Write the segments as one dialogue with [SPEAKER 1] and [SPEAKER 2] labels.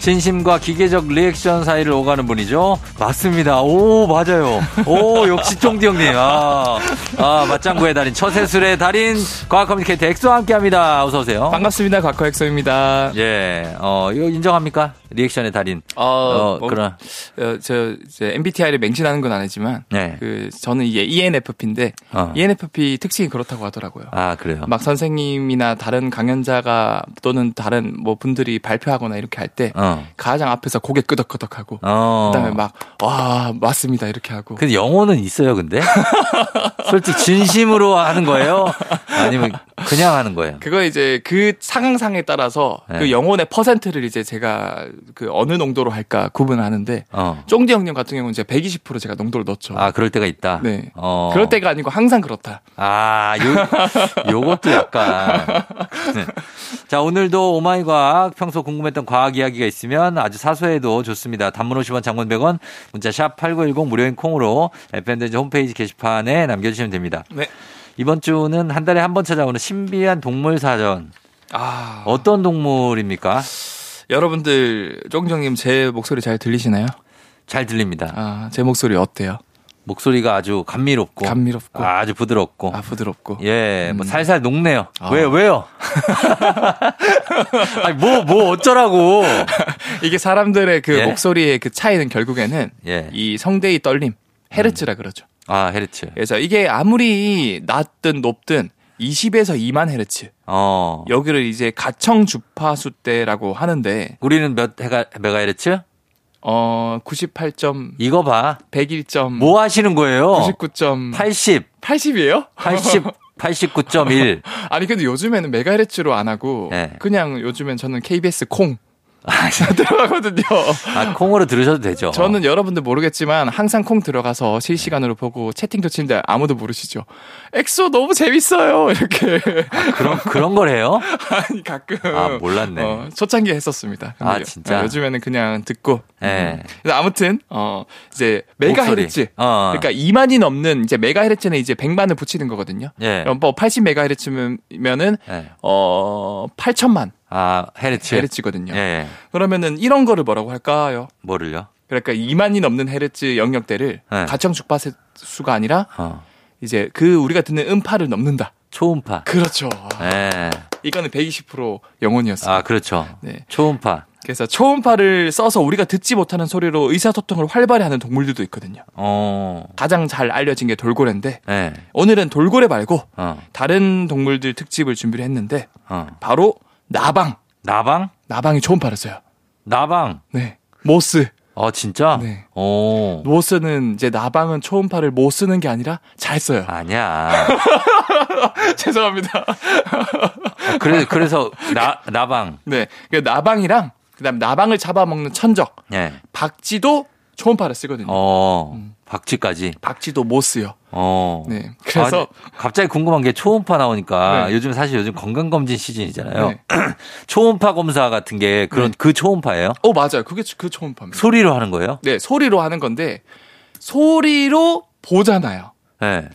[SPEAKER 1] 진심과 기계적 리액션 사이를 오가는 분이죠. 맞습니다. 오, 맞아요. 오, 역시 쫑디 형님. 아, 아 맞장구의 달인, 처세술의 달인, 과학 커뮤니케이터 엑소와 함께 합니다. 어서오세요.
[SPEAKER 2] 반갑습니다. 과커엑소입니다.
[SPEAKER 1] 예, 어, 이거 인정합니까? 리액션의 달인.
[SPEAKER 2] 어,
[SPEAKER 1] 어,
[SPEAKER 2] 뭐,
[SPEAKER 1] 그러나.
[SPEAKER 2] 어, 저 이제 MBTI를 맹신하는 건 아니지만
[SPEAKER 1] 네.
[SPEAKER 2] 그 저는 이게 ENFP인데 E
[SPEAKER 1] 어.
[SPEAKER 2] ENFP 특징이 그렇다고 하더라고요.
[SPEAKER 1] 아, 그래요.
[SPEAKER 2] 막 선생님이나 다른 강연자가 또는 다른 뭐 분들이 발표하거나 이렇게 할 때
[SPEAKER 1] 어.
[SPEAKER 2] 가장 앞에서 고개 끄덕끄덕하고
[SPEAKER 1] 어. 그
[SPEAKER 2] 그다음에 막 와 맞습니다 이렇게 하고
[SPEAKER 1] 근데 영어는 있어요, 근데? 솔직히 진심으로 하는 거예요? 아니면 그냥 하는 거예요?
[SPEAKER 2] 그거 이제 그 상황상에 따라서
[SPEAKER 1] 네.
[SPEAKER 2] 그 영혼의 퍼센트를 이제 제가 그 어느 농도로 할까 구분하는데
[SPEAKER 1] 어.
[SPEAKER 2] 쫑디 형님 같은 경우는 이제 120% 제가 농도를 넣었죠.
[SPEAKER 1] 아, 그럴 때가 있다.
[SPEAKER 2] 네.
[SPEAKER 1] 어.
[SPEAKER 2] 그럴 때가 아니고 항상 그렇다.
[SPEAKER 1] 아, 요, 요것도 약간. 네. 자, 오늘도 오마이 과학, 평소 궁금했던 과학 이야기가 있으면 아주 사소해도 좋습니다. 단문 50원, 장문 100원, 문자 샵 8910 무료인 콩으로 FM대지 홈페이지 게시판에 남겨주시면 됩니다.
[SPEAKER 2] 네.
[SPEAKER 1] 이번 주는 한 달에 한 번 찾아오는 신비한 동물 사전.
[SPEAKER 2] 아
[SPEAKER 1] 어떤 동물입니까?
[SPEAKER 2] 여러분들 쫑디 형님 제 목소리 잘 들리시나요?
[SPEAKER 1] 잘 들립니다.
[SPEAKER 2] 아제 목소리 어때요?
[SPEAKER 1] 목소리가 아주 감미롭고.
[SPEAKER 2] 감미롭고 아,
[SPEAKER 1] 아주 부드럽고.
[SPEAKER 2] 부드럽고
[SPEAKER 1] 예, 뭐
[SPEAKER 2] 음.
[SPEAKER 1] 살살 녹네요.
[SPEAKER 2] 아.
[SPEAKER 1] 왜, 왜요? 아니, 뭐, 뭐 어쩌라고.
[SPEAKER 2] 이게 사람들의 그
[SPEAKER 1] 예?
[SPEAKER 2] 목소리의 그 차이는 결국에는
[SPEAKER 1] 예.
[SPEAKER 2] 이 성대의 떨림 헤르츠라 그러죠.
[SPEAKER 1] 아, 헤르츠.
[SPEAKER 2] 그래서 이게 아무리 낮든 높든 20에서 2만 헤르츠
[SPEAKER 1] 어.
[SPEAKER 2] 여기를 이제 가청 주파수 대라고 하는데
[SPEAKER 1] 우리는 몇 헤가, 메가헤르츠?
[SPEAKER 2] 어 98점
[SPEAKER 1] 이거 봐.
[SPEAKER 2] 101점
[SPEAKER 1] 뭐 하시는 거예요?
[SPEAKER 2] 99점
[SPEAKER 1] 80,
[SPEAKER 2] 80이에요?
[SPEAKER 1] 80, 89.1.
[SPEAKER 2] 아니 근데 요즘에는 메가헤르츠로 안 하고
[SPEAKER 1] 네.
[SPEAKER 2] 그냥 요즘엔 저는 KBS 콩 들어가거든요.
[SPEAKER 1] 아, 콩으로 들으셔도 되죠.
[SPEAKER 2] 저는 여러분들 모르겠지만 항상 콩 들어가서 실시간으로 보고 채팅도 치는데 아무도 모르시죠. 엑소 너무 재밌어요 이렇게
[SPEAKER 1] 그런, 그런 걸 해요?
[SPEAKER 2] 아니 가끔
[SPEAKER 1] 아, 몰랐네.
[SPEAKER 2] 어, 초창기에 했었습니다.
[SPEAKER 1] 아,
[SPEAKER 2] 근데요.
[SPEAKER 1] 진짜?
[SPEAKER 2] 어, 요즘에는 그냥 듣고.
[SPEAKER 1] 예.
[SPEAKER 2] 근데 아무튼 어 이제 메가헤르츠.
[SPEAKER 1] 목소리. 어.
[SPEAKER 2] 그러니까 2만이 넘는 이제 메가헤르츠는 이제 100만을 붙이는 거거든요.
[SPEAKER 1] 예.
[SPEAKER 2] 그럼 뭐 80메가헤르츠면은
[SPEAKER 1] 예.
[SPEAKER 2] 어 8천만
[SPEAKER 1] 아, 헤르츠.
[SPEAKER 2] 헤르츠거든요.
[SPEAKER 1] 예, 예.
[SPEAKER 2] 그러면은 이런 거를 뭐라고 할까요?
[SPEAKER 1] 뭐를요?
[SPEAKER 2] 그러니까 2만이 넘는 헤르츠 영역대를
[SPEAKER 1] 네.
[SPEAKER 2] 가청 주파수가 아니라
[SPEAKER 1] 어.
[SPEAKER 2] 이제 그 우리가 듣는 음파를 넘는다.
[SPEAKER 1] 초음파.
[SPEAKER 2] 그렇죠. 아,
[SPEAKER 1] 예.
[SPEAKER 2] 이거는 120% 영혼이었어요.
[SPEAKER 1] 아, 그렇죠.
[SPEAKER 2] 네.
[SPEAKER 1] 초음파.
[SPEAKER 2] 그래서 초음파를 써서 우리가 듣지 못하는 소리로 의사소통을 활발히 하는 동물들도 있거든요.
[SPEAKER 1] 어.
[SPEAKER 2] 가장 잘 알려진 게 돌고래인데
[SPEAKER 1] 예.
[SPEAKER 2] 오늘은 돌고래 말고
[SPEAKER 1] 어.
[SPEAKER 2] 다른 동물들 특집을 준비를 했는데
[SPEAKER 1] 어.
[SPEAKER 2] 바로 나방.
[SPEAKER 1] 나방?
[SPEAKER 2] 나방이 초음파를 써요.
[SPEAKER 1] 나방.
[SPEAKER 2] 네. 모스.
[SPEAKER 1] 아, 진짜?
[SPEAKER 2] 네.
[SPEAKER 1] 오.
[SPEAKER 2] 모스는 이제 나방은 초음파를 못 쓰는 게 아니라 잘 써요.
[SPEAKER 1] 아니야.
[SPEAKER 2] 죄송합니다.
[SPEAKER 1] 그래서, 그래서, 나, 나방.
[SPEAKER 2] 네. 그 나방이랑 그다음 나방을 잡아먹는 천적,
[SPEAKER 1] 예.
[SPEAKER 2] 박쥐도 초음파를 쓰거든요.
[SPEAKER 1] 어,
[SPEAKER 2] 음.
[SPEAKER 1] 박쥐까지.
[SPEAKER 2] 박쥐도 못 쓰요.
[SPEAKER 1] 어.
[SPEAKER 2] 네. 그래서
[SPEAKER 1] 아, 근데 갑자기 궁금한 게 초음파 나오니까
[SPEAKER 2] 네.
[SPEAKER 1] 요즘 사실 요즘 건강검진 시즌이잖아요.
[SPEAKER 2] 네.
[SPEAKER 1] 초음파 검사 같은 게 그런 그 초음파예요?
[SPEAKER 2] 어 맞아요. 그게 그 초음파입니다.
[SPEAKER 1] 소리로 하는 거예요?
[SPEAKER 2] 네, 소리로 하는 건데 소리로 보잖아요.
[SPEAKER 1] 예.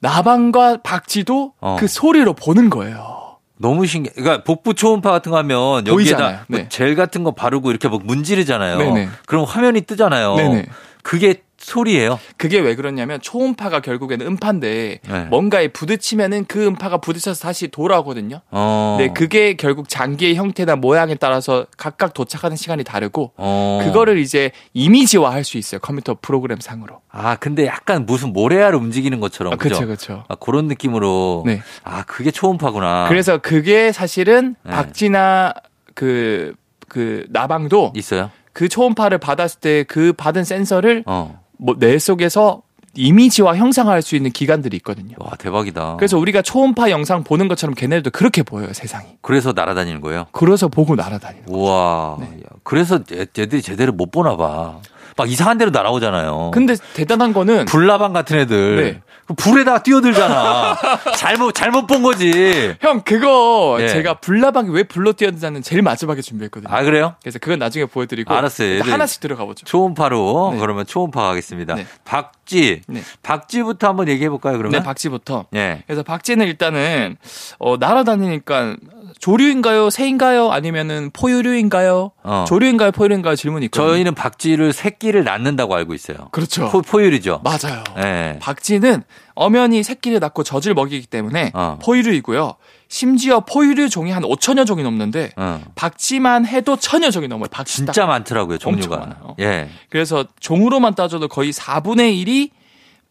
[SPEAKER 2] 나방과 박쥐도
[SPEAKER 1] 어.
[SPEAKER 2] 그 소리로 보는 거예요.
[SPEAKER 1] 너무 신기해. 그러니까 복부 초음파 같은 거 하면
[SPEAKER 2] 보이잖아요.
[SPEAKER 1] 여기에다 뭐
[SPEAKER 2] 네.
[SPEAKER 1] 젤 같은 거 바르고 이렇게 막 문지르잖아요.
[SPEAKER 2] 네네.
[SPEAKER 1] 그럼 화면이 뜨잖아요.
[SPEAKER 2] 네네.
[SPEAKER 1] 그게 소리예요.
[SPEAKER 2] 그게 왜 그러냐면 초음파가 결국에는 음파인데
[SPEAKER 1] 네.
[SPEAKER 2] 뭔가에 부딪히면은 그 음파가 부딪혀서 다시 돌아오거든요.
[SPEAKER 1] 어.
[SPEAKER 2] 네, 그게 결국 장기의 형태나 모양에 따라서 각각 도착하는 시간이 다르고
[SPEAKER 1] 어.
[SPEAKER 2] 그거를 이제 이미지화 할 수 있어요. 컴퓨터 프로그램 상으로.
[SPEAKER 1] 아 근데 약간 무슨 모래알 움직이는 것처럼
[SPEAKER 2] 아,
[SPEAKER 1] 그죠?
[SPEAKER 2] 그쵸, 그쵸.
[SPEAKER 1] 아, 그런 느낌으로.
[SPEAKER 2] 네.
[SPEAKER 1] 아 그게 초음파구나.
[SPEAKER 2] 그래서 그게 사실은
[SPEAKER 1] 네.
[SPEAKER 2] 박쥐나 그, 그 나방도
[SPEAKER 1] 있어요.
[SPEAKER 2] 그 초음파를 받았을 때 그 받은 센서를
[SPEAKER 1] 어.
[SPEAKER 2] 뭐 뇌 속에서 이미지화 형상화할 수 있는 기관들이 있거든요.
[SPEAKER 1] 와 대박이다.
[SPEAKER 2] 그래서 우리가 초음파 영상 보는 것처럼 걔네들도 그렇게 보여요, 세상이.
[SPEAKER 1] 그래서 날아다니는 거예요.
[SPEAKER 2] 그래서 보고 날아다니는.
[SPEAKER 1] 우와. 야, 그래서 얘- 얘들이 제대로 못 보나 봐. 막 이상한 데로 날아오잖아요.
[SPEAKER 2] 근데 대단한 거는
[SPEAKER 1] 불나방 같은 애들.
[SPEAKER 2] 네.
[SPEAKER 1] 그 불에다가 뛰어들잖아. 잘못, 잘못 본 거지.
[SPEAKER 2] 형 그거
[SPEAKER 1] 예.
[SPEAKER 2] 제가 불나방이 왜 불러 뛰어드냐는 제일 마지막에 준비했거든요.
[SPEAKER 1] 아, 그래요?
[SPEAKER 2] 그래서 그건 나중에 보여드리고
[SPEAKER 1] 알았어요.
[SPEAKER 2] 일단
[SPEAKER 1] 네.
[SPEAKER 2] 하나씩 들어가보죠.
[SPEAKER 1] 초음파로.
[SPEAKER 2] 네.
[SPEAKER 1] 그러면 초음파 가겠습니다.
[SPEAKER 2] 네.
[SPEAKER 1] 박쥐.
[SPEAKER 2] 네.
[SPEAKER 1] 박쥐부터 한번 얘기해 볼까요, 그러면?
[SPEAKER 2] 네, 박쥐부터.
[SPEAKER 1] 예.
[SPEAKER 2] 그래서 박쥐는 일단은 어, 날아다니니까 조류인가요, 새인가요, 아니면은 포유류인가요?
[SPEAKER 1] 어.
[SPEAKER 2] 조류인가요, 포유류인가요 질문이 있거든요.
[SPEAKER 1] 저희는 박쥐를 새끼를 낳는다고 알고 있어요.
[SPEAKER 2] 그렇죠.
[SPEAKER 1] 포, 포유류죠.
[SPEAKER 2] 맞아요.
[SPEAKER 1] 예.
[SPEAKER 2] 박쥐는 엄연히 새끼를 낳고 젖을 먹이기 때문에
[SPEAKER 1] 어.
[SPEAKER 2] 포유류이고요. 심지어 포유류 종이 한 5천여 종이 넘는데
[SPEAKER 1] 어.
[SPEAKER 2] 박쥐만 해도 천여 종이 넘어요. 박쥐 딱.
[SPEAKER 1] 진짜 많더라고요, 종류가.
[SPEAKER 2] 엄청 많아요. 어,
[SPEAKER 1] 예.
[SPEAKER 2] 그래서 종으로만 따져도 거의 4분의 1이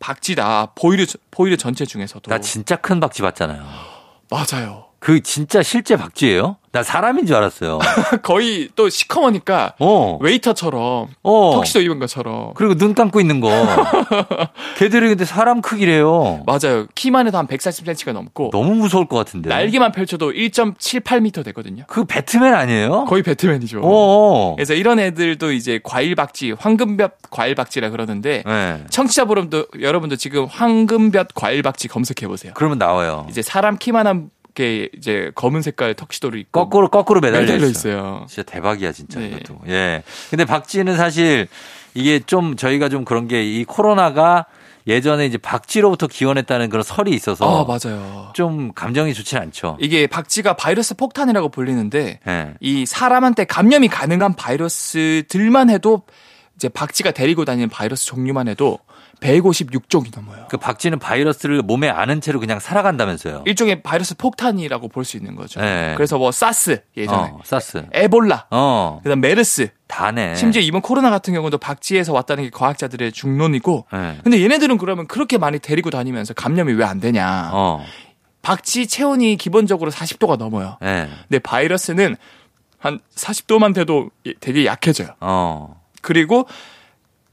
[SPEAKER 2] 박쥐다. 포유류 포유류 전체 중에서도.
[SPEAKER 1] 나 진짜 큰 박쥐 봤잖아요.
[SPEAKER 2] 맞아요.
[SPEAKER 1] 그 진짜 실제 박쥐예요? 나 사람인 줄 알았어요.
[SPEAKER 2] 거의 또 시커머니까
[SPEAKER 1] 어.
[SPEAKER 2] 웨이터처럼
[SPEAKER 1] 어.
[SPEAKER 2] 턱시도 입은 것처럼.
[SPEAKER 1] 그리고 눈 감고 있는 거. 걔들이 근데 사람 크기래요.
[SPEAKER 2] 맞아요. 키만 해도 한 140cm가 넘고
[SPEAKER 1] 너무 네? 무서울 것 같은데.
[SPEAKER 2] 날개만 펼쳐도 1.78m 되거든요.
[SPEAKER 1] 그 배트맨 아니에요?
[SPEAKER 2] 거의 예. 배트맨이죠.
[SPEAKER 1] 어.
[SPEAKER 2] 그래서 이런 애들도 이제 과일박쥐, 황금볕 과일박쥐라 그러는데
[SPEAKER 1] 예.
[SPEAKER 2] 청취자 여러분도 여러분도 지금 황금볕 과일박쥐 검색해 보세요.
[SPEAKER 1] 그러면 나와요.
[SPEAKER 2] 이제 사람 키만한 게 이제 검은 색깔 턱시도를 입고
[SPEAKER 1] 거꾸로 거꾸로 매달려 있어.
[SPEAKER 2] 있어요.
[SPEAKER 1] 진짜 대박이야 진짜
[SPEAKER 2] 네.
[SPEAKER 1] 이것도. 예. 근데 박쥐는 사실 이게 좀 저희가 좀 그런 게 이 코로나가 예전에 이제 박쥐로부터 기원했다는 그런 설이 있어서
[SPEAKER 2] 아 맞아요.
[SPEAKER 1] 좀 감정이 좋진 않죠.
[SPEAKER 2] 이게 박쥐가 바이러스 폭탄이라고 불리는데
[SPEAKER 1] 예.
[SPEAKER 2] 이 사람한테 감염이 가능한 바이러스들만 해도 이제 박쥐가 데리고 다니는 바이러스 종류만 해도 156종이 넘어요.
[SPEAKER 1] 그 박쥐는 바이러스를 몸에 아는 채로 그냥 살아간다면서요.
[SPEAKER 2] 일종의 바이러스 폭탄이라고 볼 수 있는 거죠.
[SPEAKER 1] 예.
[SPEAKER 2] 그래서 뭐 사스 예전에
[SPEAKER 1] 어, 사스.
[SPEAKER 2] 에볼라
[SPEAKER 1] 어.
[SPEAKER 2] 그다음 메르스
[SPEAKER 1] 다네.
[SPEAKER 2] 심지어 이번 코로나 같은 경우도 박쥐에서 왔다는 게 과학자들의 중론이고
[SPEAKER 1] 예.
[SPEAKER 2] 근데 얘네들은 그러면 그렇게 많이 데리고 다니면서 감염이 왜 안 되냐
[SPEAKER 1] 어.
[SPEAKER 2] 박쥐 체온이 기본적으로 40도가 넘어요
[SPEAKER 1] 예.
[SPEAKER 2] 근데 바이러스는 한 40도만 돼도 되게 약해져요
[SPEAKER 1] 어.
[SPEAKER 2] 그리고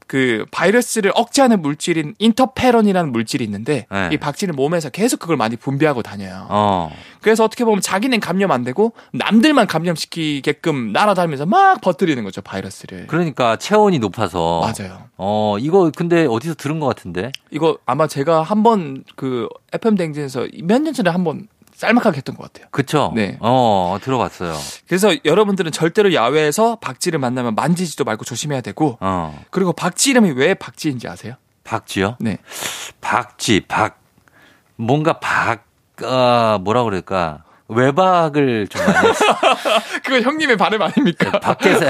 [SPEAKER 2] 그 바이러스를 억제하는 물질인 인터페론이라는 물질이 있는데
[SPEAKER 1] 네.
[SPEAKER 2] 이 박쥐는 몸에서 계속 그걸 많이 분비하고 다녀요
[SPEAKER 1] 어.
[SPEAKER 2] 그래서 어떻게 보면 자기는 감염 안 되고 남들만 감염시키게끔 날아다니면서 막 퍼뜨리는 거죠 바이러스를
[SPEAKER 1] 그러니까 체온이 높아서.
[SPEAKER 2] 맞아요
[SPEAKER 1] 어, 이거 근데 어디서 들은 것 같은데?
[SPEAKER 2] 이거 아마 제가 한 번 그 FM 댕진에서 몇 년 전에 한 번 짤막하게 했던 것 같아요.
[SPEAKER 1] 그쵸?
[SPEAKER 2] 네.
[SPEAKER 1] 어, 들어봤어요.
[SPEAKER 2] 그래서 여러분들은 절대로 야외에서 박쥐를 만나면 만지지도 말고 조심해야 되고
[SPEAKER 1] 어.
[SPEAKER 2] 그리고 박쥐 이름이 왜 박쥐인지 아세요?
[SPEAKER 1] 박쥐요?
[SPEAKER 2] 네.
[SPEAKER 1] 박쥐, 박. 뭔가 박, 아, 뭐라 그럴까. 외박을 좀 많이 했어요.
[SPEAKER 2] 그거 형님의 발음
[SPEAKER 1] 네.
[SPEAKER 2] 아닙니까?
[SPEAKER 1] 밖에서,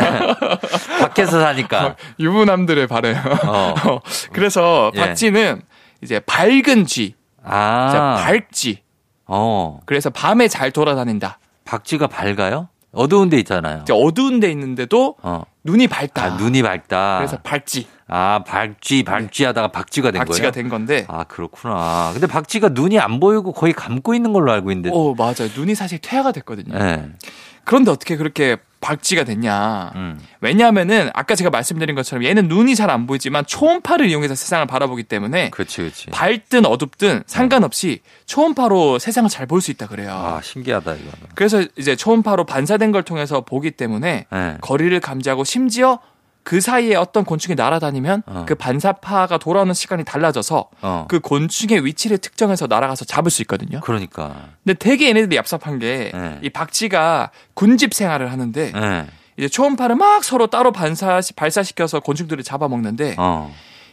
[SPEAKER 1] 밖에서 사니까.
[SPEAKER 2] 유부남들의 발음.
[SPEAKER 1] 어.
[SPEAKER 2] 어, 그래서
[SPEAKER 1] 예.
[SPEAKER 2] 박쥐는 이제 밝은 쥐, 이제
[SPEAKER 1] 아.
[SPEAKER 2] 밝쥐.
[SPEAKER 1] 어.
[SPEAKER 2] 그래서 밤에 잘 돌아다닌다.
[SPEAKER 1] 박쥐가 밝아요? 어두운 데 있잖아요.
[SPEAKER 2] 이제 어두운 데 있는데도
[SPEAKER 1] 어.
[SPEAKER 2] 눈이
[SPEAKER 1] 아,
[SPEAKER 2] 밝다.
[SPEAKER 1] 눈이 밝다.
[SPEAKER 2] 그래서 밝쥐,
[SPEAKER 1] 아, 박쥐, 박쥐 하다가 박쥐가 된
[SPEAKER 2] 박쥐가
[SPEAKER 1] 거예요?
[SPEAKER 2] 된 건데.
[SPEAKER 1] 아, 그렇구나. 근데 박쥐가 눈이 안 보이고 거의 감고 있는 걸로 알고 있는데.
[SPEAKER 2] 어 맞아요. 눈이 사실 퇴화가 됐거든요.
[SPEAKER 1] 네.
[SPEAKER 2] 그런데 어떻게 그렇게 박쥐가 됐냐.
[SPEAKER 1] 음.
[SPEAKER 2] 왜냐하면은 아까 제가 말씀드린 것처럼 얘는 눈이 잘 안 보이지만 초음파를 이용해서 세상을 바라보기 때문에
[SPEAKER 1] 그렇지, 그렇지.
[SPEAKER 2] 예. 밝든 어둡든 상관없이 초음파로 세상을 잘 볼 수 있다 그래요.
[SPEAKER 1] 아, 신기하다, 이거.
[SPEAKER 2] 그래서 이제 초음파로 반사된 걸 통해서 보기 때문에
[SPEAKER 1] 네.
[SPEAKER 2] 거리를 감지하고 심지어 그 사이에 어떤 곤충이 날아다니면
[SPEAKER 1] 어.
[SPEAKER 2] 그 반사파가 돌아오는 시간이 달라져서
[SPEAKER 1] 어.
[SPEAKER 2] 그 곤충의 위치를 특정해서 날아가서 잡을 수 있거든요.
[SPEAKER 1] 그러니까.
[SPEAKER 2] 근데 되게 얘네들이 얍삽한 게 이
[SPEAKER 1] 네.
[SPEAKER 2] 박쥐가 군집 생활을 하는데
[SPEAKER 1] 예.
[SPEAKER 2] 이제 초음파를 막 서로 따로 반사 발사시켜서 곤충들을 잡아먹는데
[SPEAKER 1] 어.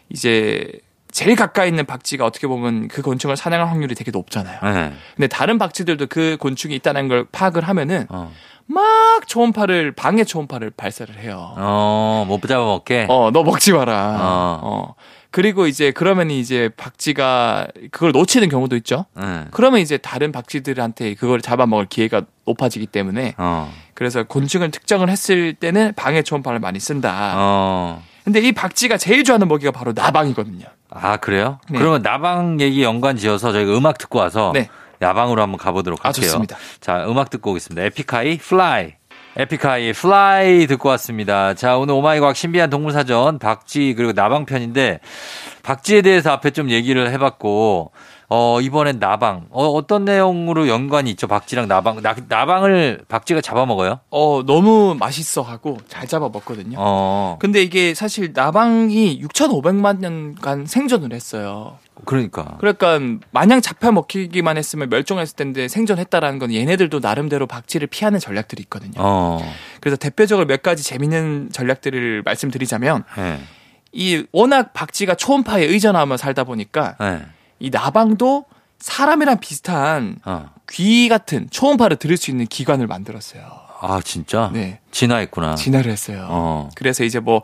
[SPEAKER 2] 이제 제일 가까이 있는 박쥐가 어떻게 보면 그 곤충을 사냥할 확률이 되게 높잖아요.
[SPEAKER 1] 예.
[SPEAKER 2] 근데 다른 박쥐들도 그 곤충이 있다는 걸 파악을 하면은
[SPEAKER 1] 어.
[SPEAKER 2] 막 초음파를 방해 초음파를 발사를 해요.
[SPEAKER 1] 어, 못 잡아먹게.
[SPEAKER 2] 어, 너 먹지 마라.
[SPEAKER 1] 어.
[SPEAKER 2] 어. 그리고 이제 그러면 이제 박쥐가 그걸 놓치는 경우도 있죠.
[SPEAKER 1] 예.
[SPEAKER 2] 그러면 이제 다른 박쥐들한테 그걸 잡아먹을 기회가 높아지기 때문에
[SPEAKER 1] 어.
[SPEAKER 2] 그래서 곤충을 특정을 했을 때는 방해 초음파를 많이 쓴다.
[SPEAKER 1] 어.
[SPEAKER 2] 근데 이 박쥐가 제일 좋아하는 먹이가 바로 나방이거든요.
[SPEAKER 1] 아, 그래요?
[SPEAKER 2] 네.
[SPEAKER 1] 그러면 나방 얘기 연관 지어서 저희가 음악 듣고 와서
[SPEAKER 2] 네.
[SPEAKER 1] 야방으로 한번 가보도록
[SPEAKER 2] 아,
[SPEAKER 1] 할게요.
[SPEAKER 2] 좋습니다.
[SPEAKER 1] 자, 음악 듣고 오겠습니다. 에픽하이 플라이. 에픽하이 플라이 듣고 왔습니다. 자, 오늘 오마이과학 신비한 동물사전 박쥐 그리고 나방편인데 박지에 대해서 앞에 좀 얘기를 해봤고 어 이번엔 나방 어, 어떤 내용으로 연관이 있죠 박지랑 나방 나, 나방을 박지가 잡아먹어요?
[SPEAKER 2] 어, 너무 맛있어 하고 잘 잡아 먹거든요.
[SPEAKER 1] 어
[SPEAKER 2] 근데 이게 사실 나방이 6,500만 년간 생존을 했어요.
[SPEAKER 1] 그러니까
[SPEAKER 2] 그러니까 마냥 잡혀 먹히기만 했으면 멸종했을 텐데 생존했다라는 건 얘네들도 나름대로 박쥐를 피하는 전략들이 있거든요.
[SPEAKER 1] 어
[SPEAKER 2] 그래서 대표적으로 몇 가지 재밌는 전략들을 말씀드리자면
[SPEAKER 1] 예.
[SPEAKER 2] 이 워낙 박쥐가 초음파에 의존하며 살다 보니까
[SPEAKER 1] 예.
[SPEAKER 2] 이 나방도 사람이랑 비슷한
[SPEAKER 1] 어.
[SPEAKER 2] 귀 같은 초음파를 들을 수 있는 기관을 만들었어요.
[SPEAKER 1] 아 진짜
[SPEAKER 2] 네.
[SPEAKER 1] 진화했구나.
[SPEAKER 2] 진화를 했어요.
[SPEAKER 1] 어.
[SPEAKER 2] 그래서 이제 뭐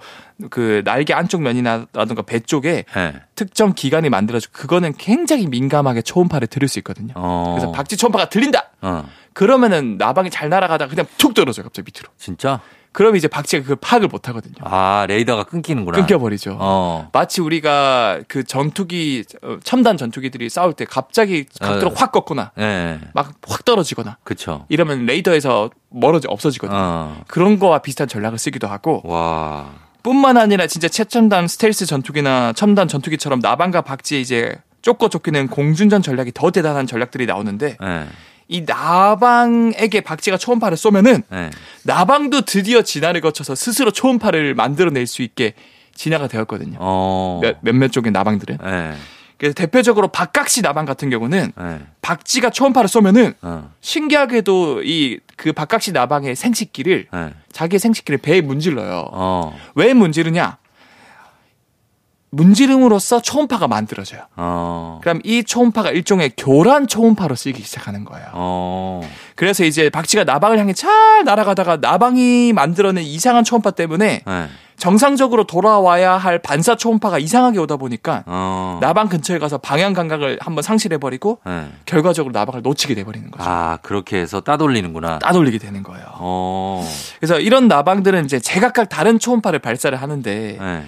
[SPEAKER 2] 그 날개 안쪽 면이나라든가 배 쪽에
[SPEAKER 1] 예.
[SPEAKER 2] 특정 기관이 만들어져 그거는 굉장히 민감하게 초음파를 들을 수 있거든요.
[SPEAKER 1] 어.
[SPEAKER 2] 그래서 박쥐 초음파가 들린다.
[SPEAKER 1] 어.
[SPEAKER 2] 그러면은 나방이 잘 날아가다 그냥 툭 떨어져 요 갑자기 밑으로.
[SPEAKER 1] 진짜?
[SPEAKER 2] 그럼 이제 박쥐가 그걸 파악을 못 하거든요.
[SPEAKER 1] 아 레이더가 끊기는구나.
[SPEAKER 2] 끊겨버리죠.
[SPEAKER 1] 어.
[SPEAKER 2] 마치 우리가 그 전투기 어, 첨단 전투기들이 싸울 때 갑자기 각도로
[SPEAKER 1] 어.
[SPEAKER 2] 확 꺾거나
[SPEAKER 1] 예.
[SPEAKER 2] 막 확 떨어지거나
[SPEAKER 1] 그쵸.
[SPEAKER 2] 이러면 레이더에서 멀어져 없어지거든요.
[SPEAKER 1] 어.
[SPEAKER 2] 그런 거와 비슷한 전략을 쓰기도 하고
[SPEAKER 1] 와.
[SPEAKER 2] 뿐만 아니라 진짜 최첨단 스텔스 전투기나 첨단 전투기처럼 나방과 박쥐에 이제 쫓고 쫓기는 공중전 전략이 더 대단한 전략들이 나오는데
[SPEAKER 1] 예.
[SPEAKER 2] 이 나방에게 박쥐가 초음파를 쏘면은
[SPEAKER 1] 예.
[SPEAKER 2] 나방도 드디어 진화를 거쳐서 스스로 초음파를 만들어낼 수 있게 진화가 되었거든요.
[SPEAKER 1] 어.
[SPEAKER 2] 몇, 몇몇 쪽의 나방들은.
[SPEAKER 1] 예.
[SPEAKER 2] 그래서 대표적으로 박각시 나방 같은 경우는
[SPEAKER 1] 예.
[SPEAKER 2] 박쥐가 초음파를 쏘면은
[SPEAKER 1] 어.
[SPEAKER 2] 신기하게도 이 그 박각시 나방의 생식기를
[SPEAKER 1] 예.
[SPEAKER 2] 자기의 생식기를 배에 문질러요.
[SPEAKER 1] 어.
[SPEAKER 2] 왜 문지르냐? 문지름으로써 초음파가 만들어져요.
[SPEAKER 1] 어.
[SPEAKER 2] 그럼 이 초음파가 일종의 교란 초음파로 쓰이기 시작하는 거예요.
[SPEAKER 1] 어.
[SPEAKER 2] 그래서 이제 박쥐가 나방을 향해 잘 날아가다가 나방이 만들어낸 이상한 초음파 때문에
[SPEAKER 1] 예.
[SPEAKER 2] 정상적으로 돌아와야 할 반사 초음파가 이상하게 오다 보니까
[SPEAKER 1] 어.
[SPEAKER 2] 나방 근처에 가서 방향 감각을 한번 상실해버리고
[SPEAKER 1] 예.
[SPEAKER 2] 결과적으로 나방을 놓치게 돼버리는 거죠.
[SPEAKER 1] 아, 그렇게 해서 따돌리는구나.
[SPEAKER 2] 따돌리게 되는 거예요.
[SPEAKER 1] 어.
[SPEAKER 2] 그래서 이런 나방들은 이제 제각각 다른 초음파를 발사를 하는데
[SPEAKER 1] 예.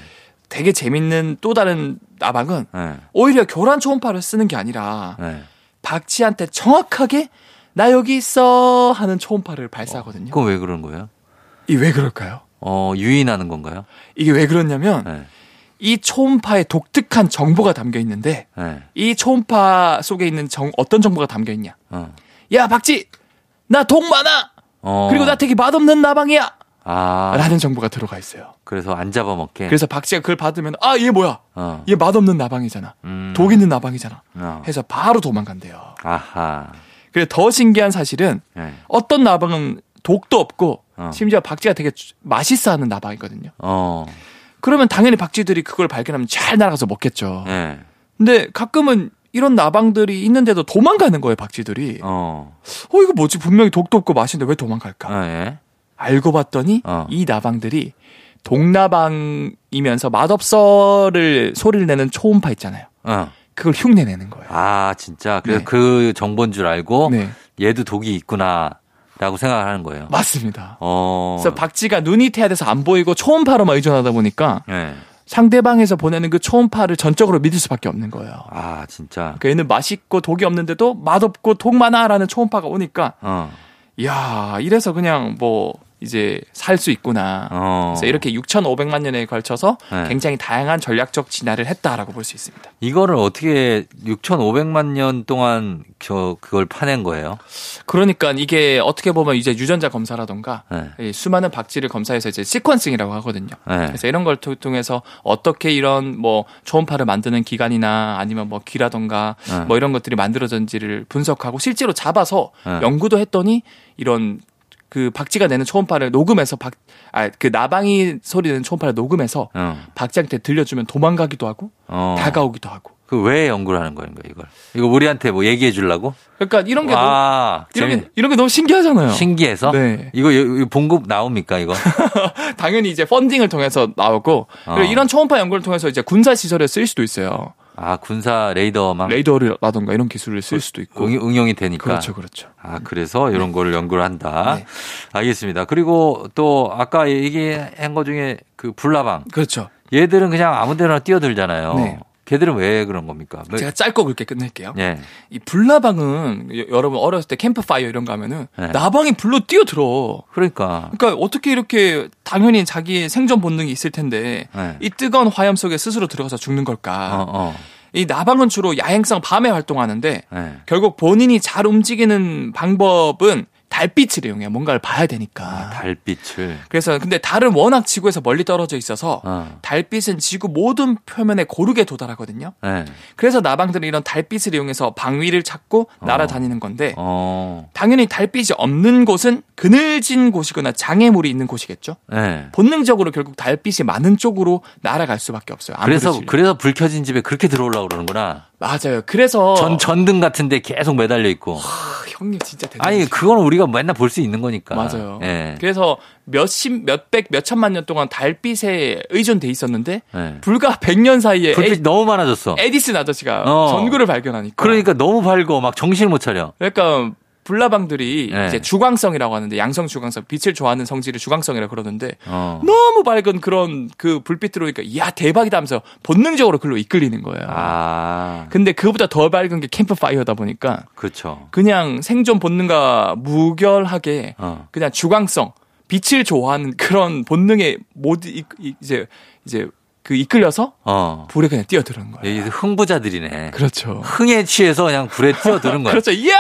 [SPEAKER 2] 되게 재밌는 또 다른 나방은
[SPEAKER 1] 예.
[SPEAKER 2] 오히려 교란 초음파를 쓰는 게 아니라
[SPEAKER 1] 예.
[SPEAKER 2] 박쥐한테 정확하게 나 여기 있어 하는 초음파를 발사하거든요.
[SPEAKER 1] 그건 왜 그런 거예요?
[SPEAKER 2] 어. 이게 왜 그럴까요?
[SPEAKER 1] 어, 유인하는 건가요?
[SPEAKER 2] 이게 왜 그러냐면
[SPEAKER 1] 예.
[SPEAKER 2] 이 초음파에 독특한 정보가 담겨 있는데
[SPEAKER 1] 예.
[SPEAKER 2] 이 초음파 속에 있는 정, 어떤 정보가 담겨 있냐?
[SPEAKER 1] 어.
[SPEAKER 2] 야 박쥐 나 독 많아
[SPEAKER 1] 어.
[SPEAKER 2] 그리고 나 되게 맛없는 나방이야
[SPEAKER 1] 아.
[SPEAKER 2] 라는 정보가 들어가 있어요.
[SPEAKER 1] 그래서 안 잡아먹게.
[SPEAKER 2] 그래서 박쥐가 그걸 받으면 아 얘 뭐야
[SPEAKER 1] 어.
[SPEAKER 2] 얘 맛없는 나방이잖아
[SPEAKER 1] 음.
[SPEAKER 2] 독 있는 나방이잖아
[SPEAKER 1] 어.
[SPEAKER 2] 해서 바로 도망간대요.
[SPEAKER 1] 아하.
[SPEAKER 2] 그리고 더 신기한 사실은
[SPEAKER 1] 예.
[SPEAKER 2] 어떤 나방은 독도 없고
[SPEAKER 1] 어.
[SPEAKER 2] 심지어 박쥐가 되게 주- 맛있어하는 나방이거든요.
[SPEAKER 1] 어.
[SPEAKER 2] 그러면 당연히 박쥐들이 그걸 발견하면 잘 날아가서 먹겠죠.
[SPEAKER 1] 예.
[SPEAKER 2] 근데 가끔은 이런 나방들이 있는데도 도망가는 거예요, 박쥐들이. 어,
[SPEAKER 1] 어.
[SPEAKER 2] 이거 뭐지? 분명히 독도 없고 맛있는데 왜 도망갈까?
[SPEAKER 1] 아, 예.
[SPEAKER 2] 알고 봤더니
[SPEAKER 1] 어.
[SPEAKER 2] 이 나방들이 동나방이면서 맛없어를 소리를 내는 초음파 있잖아요.
[SPEAKER 1] 어.
[SPEAKER 2] 그걸 흉내 내는 거예요.
[SPEAKER 1] 아, 진짜. 그래서
[SPEAKER 2] 네.
[SPEAKER 1] 그 정보인 줄 알고
[SPEAKER 2] 네.
[SPEAKER 1] 얘도 독이 있구나라고 생각을 하는 거예요.
[SPEAKER 2] 맞습니다.
[SPEAKER 1] 어.
[SPEAKER 2] 그래서 박쥐가 눈이 태야 돼서 안 보이고 초음파로만 의존하다 보니까
[SPEAKER 1] 예.
[SPEAKER 2] 상대방에서 보내는 그 초음파를 전적으로 믿을 수밖에 없는 거예요.
[SPEAKER 1] 아, 진짜.
[SPEAKER 2] 그러니까 얘는 맛있고 독이 없는데도 맛없고 독 많아라는 초음파가 오니까
[SPEAKER 1] 어.
[SPEAKER 2] 야 이래서 그냥 뭐 이제 살 수 있구나.
[SPEAKER 1] 어.
[SPEAKER 2] 그래서 이렇게 6,500만 년에 걸쳐서
[SPEAKER 1] 네.
[SPEAKER 2] 굉장히 다양한 전략적 진화를 했다라고 볼 수 있습니다.
[SPEAKER 1] 이거를 어떻게 6,500만 년 동안 저 그걸 파낸 거예요?
[SPEAKER 2] 그러니까 이게 어떻게 보면 이제 유전자 검사라던가
[SPEAKER 1] 예.
[SPEAKER 2] 이 수많은 박쥐를 검사해서 이제 시퀀싱이라고 하거든요.
[SPEAKER 1] 예.
[SPEAKER 2] 그래서 이런 걸 통- 통해서 어떻게 이런 뭐 초음파를 만드는 기관이나 아니면 뭐 귀라던가
[SPEAKER 1] 예.
[SPEAKER 2] 뭐 이런 것들이 만들어졌는지를 분석하고 실제로 잡아서
[SPEAKER 1] 예.
[SPEAKER 2] 연구도 했더니 이런 그 박쥐가 내는 초음파를 녹음해서 박, 아, 그 나방이 소리는 초음파를 녹음해서
[SPEAKER 1] 어.
[SPEAKER 2] 박쥐한테 들려주면 도망가기도 하고
[SPEAKER 1] 어.
[SPEAKER 2] 다가오기도 하고.
[SPEAKER 1] 그 왜 연구를 하는 거예요, 이걸? 이거 우리한테 뭐 얘기해 주려고?
[SPEAKER 2] 그러니까 이런 게 너무,
[SPEAKER 1] 와,
[SPEAKER 2] 이런
[SPEAKER 1] 재밌...
[SPEAKER 2] 게, 이런 게 너무 신기하잖아요.
[SPEAKER 1] 신기해서?
[SPEAKER 2] 네.
[SPEAKER 1] 이거 여- 여- 봉급 나옵니까, 이거?
[SPEAKER 2] 당연히 이제 펀딩을 통해서 나오고
[SPEAKER 1] 어.
[SPEAKER 2] 그리고 이런 초음파 연구를 통해서 이제 군사 시설에 쓸 수도 있어요.
[SPEAKER 1] 아, 군사 레이더만
[SPEAKER 2] 레이더라던가 이런 기술을
[SPEAKER 1] 그
[SPEAKER 2] 쓸 수도 있고.
[SPEAKER 1] 응- 응용이 되니까.
[SPEAKER 2] 그렇죠, 그렇죠.
[SPEAKER 1] 아, 그래서 이런 거를 연구를 한다.
[SPEAKER 2] 네.
[SPEAKER 1] 알겠습니다. 그리고 또 아까 얘기한 거 중에 그 불나방.
[SPEAKER 2] 그렇죠.
[SPEAKER 1] 얘들은 그냥 아무 데나 뛰어들잖아요.
[SPEAKER 2] 네.
[SPEAKER 1] 걔들은 왜 그런 겁니까? 왜-
[SPEAKER 2] 제가 짧고 굵게 끝낼게요.
[SPEAKER 1] 예.
[SPEAKER 2] 이 불나방은 여- 여러분 어렸을 때 캠프파이어 이런 거 하면은
[SPEAKER 1] 네.
[SPEAKER 2] 나방이 불로 뛰어들어.
[SPEAKER 1] 그러니까.
[SPEAKER 2] 그러니까 어떻게 이렇게 당연히 자기의 생존 본능이 있을 텐데
[SPEAKER 1] 예.
[SPEAKER 2] 이 아. 뜨거운 화염 속에 스스로 네. 들어가서 죽는
[SPEAKER 1] 어,
[SPEAKER 2] 걸까?
[SPEAKER 1] 어.
[SPEAKER 2] 이 나방은 주로 야행성 밤에 활동하는데
[SPEAKER 1] 예.
[SPEAKER 2] 결국 본인이 잘 움직이는 방법은 달빛을 이용해 뭔가를 봐야 되니까.
[SPEAKER 1] 달빛을.
[SPEAKER 2] 그래서 근데 달은 워낙 지구에서 멀리 떨어져 있어서
[SPEAKER 1] 어.
[SPEAKER 2] 달빛은 지구 모든 표면에 고르게 도달하거든요.
[SPEAKER 1] 예.
[SPEAKER 2] 그래서 나방들은 이런 달빛을 이용해서 방위를 찾고 날아다니는 건데
[SPEAKER 1] 어.
[SPEAKER 2] 당연히 달빛이 없는 곳은 그늘진 곳이거나 장애물이 있는 곳이겠죠.
[SPEAKER 1] 예.
[SPEAKER 2] 본능적으로 결국 달빛이 많은 쪽으로 날아갈 수밖에 없어요. 아무래도
[SPEAKER 1] 그래서
[SPEAKER 2] 질-
[SPEAKER 1] 그래서 불 켜진 집에 그렇게 들어오려고 그러는구나.
[SPEAKER 2] 맞아요. 그래서
[SPEAKER 1] 전 전등 같은데 계속 매달려 있고.
[SPEAKER 2] 아, 형님 진짜 대단해.
[SPEAKER 1] 아니 그건 우리가 맨날 볼 수 있는 거니까.
[SPEAKER 2] 맞아요.
[SPEAKER 1] 예.
[SPEAKER 2] 그래서 몇십 몇백 몇천만 년 동안 달빛에 의존돼 있었는데
[SPEAKER 1] 예.
[SPEAKER 2] 불과 100년 그 사이에
[SPEAKER 1] 불빛 너무 많아졌어.
[SPEAKER 2] 에디, 슨 아저씨가
[SPEAKER 1] 어.
[SPEAKER 2] 전구를 발견하니까
[SPEAKER 1] 그러니까 너무 밝고 막 정신을 못 차려.
[SPEAKER 2] 그러니까 불나방들이
[SPEAKER 1] 네.
[SPEAKER 2] 이제 주광성이라고 하는데 양성 주광성 빛을 좋아하는 성질을 주광성이라고 그러는데
[SPEAKER 1] 어.
[SPEAKER 2] 너무 밝은 그런 그 불빛 들어오니까 이야 대박이다 하면서 본능적으로 글로 이끌리는 거예요.
[SPEAKER 1] 아.
[SPEAKER 2] 근데 그보다 더 밝은 게 캠프파이어다 보니까
[SPEAKER 1] 그렇죠.
[SPEAKER 2] 그냥 생존 본능과 무결하게
[SPEAKER 1] 어.
[SPEAKER 2] 그냥 주광성 빛을 좋아하는 그런 본능에 모두 이, 제 이제 그 이끌려서
[SPEAKER 1] 어.
[SPEAKER 2] 불에 그냥 뛰어드는 거예요.
[SPEAKER 1] 이 흥부자들이네.
[SPEAKER 2] 아. 그렇죠.
[SPEAKER 1] 흥에 취해서 그냥 불에 뛰어드는 거야.
[SPEAKER 2] 그렇죠. 이야!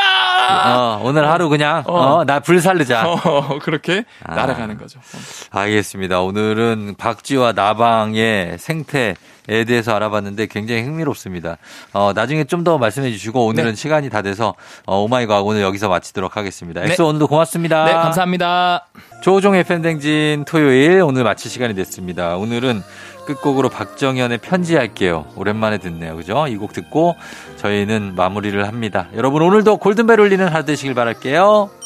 [SPEAKER 1] 어, 오늘 하루 그냥
[SPEAKER 2] 어.
[SPEAKER 1] 어, 나 불 살르자.
[SPEAKER 2] 어, 그렇게
[SPEAKER 1] 아.
[SPEAKER 2] 날아가는 거죠. 어.
[SPEAKER 1] 알겠습니다. 오늘은 박쥐와 나방의 생태에 대해서 알아봤는데 굉장히 흥미롭습니다. 어, 나중에 좀 더 말씀해 주시고
[SPEAKER 2] 네.
[SPEAKER 1] 오늘은 시간이 다 돼서 어, 오마이갓 오늘 여기서 마치도록 하겠습니다.
[SPEAKER 2] 네.
[SPEAKER 1] 엑소 오늘도 고맙습니다.
[SPEAKER 2] 네, 감사합니다.
[SPEAKER 1] 조종의 팬댕진 토요일 오늘 마칠 시간이 됐습니다. 오늘은 끝곡으로 박정현의 편지할게요. 오랜만에 듣네요. 그죠? 이 곡 듣고 저희는 마무리를 합니다. 여러분 오늘도 골든벨 울리는 하루 되시길 바랄게요.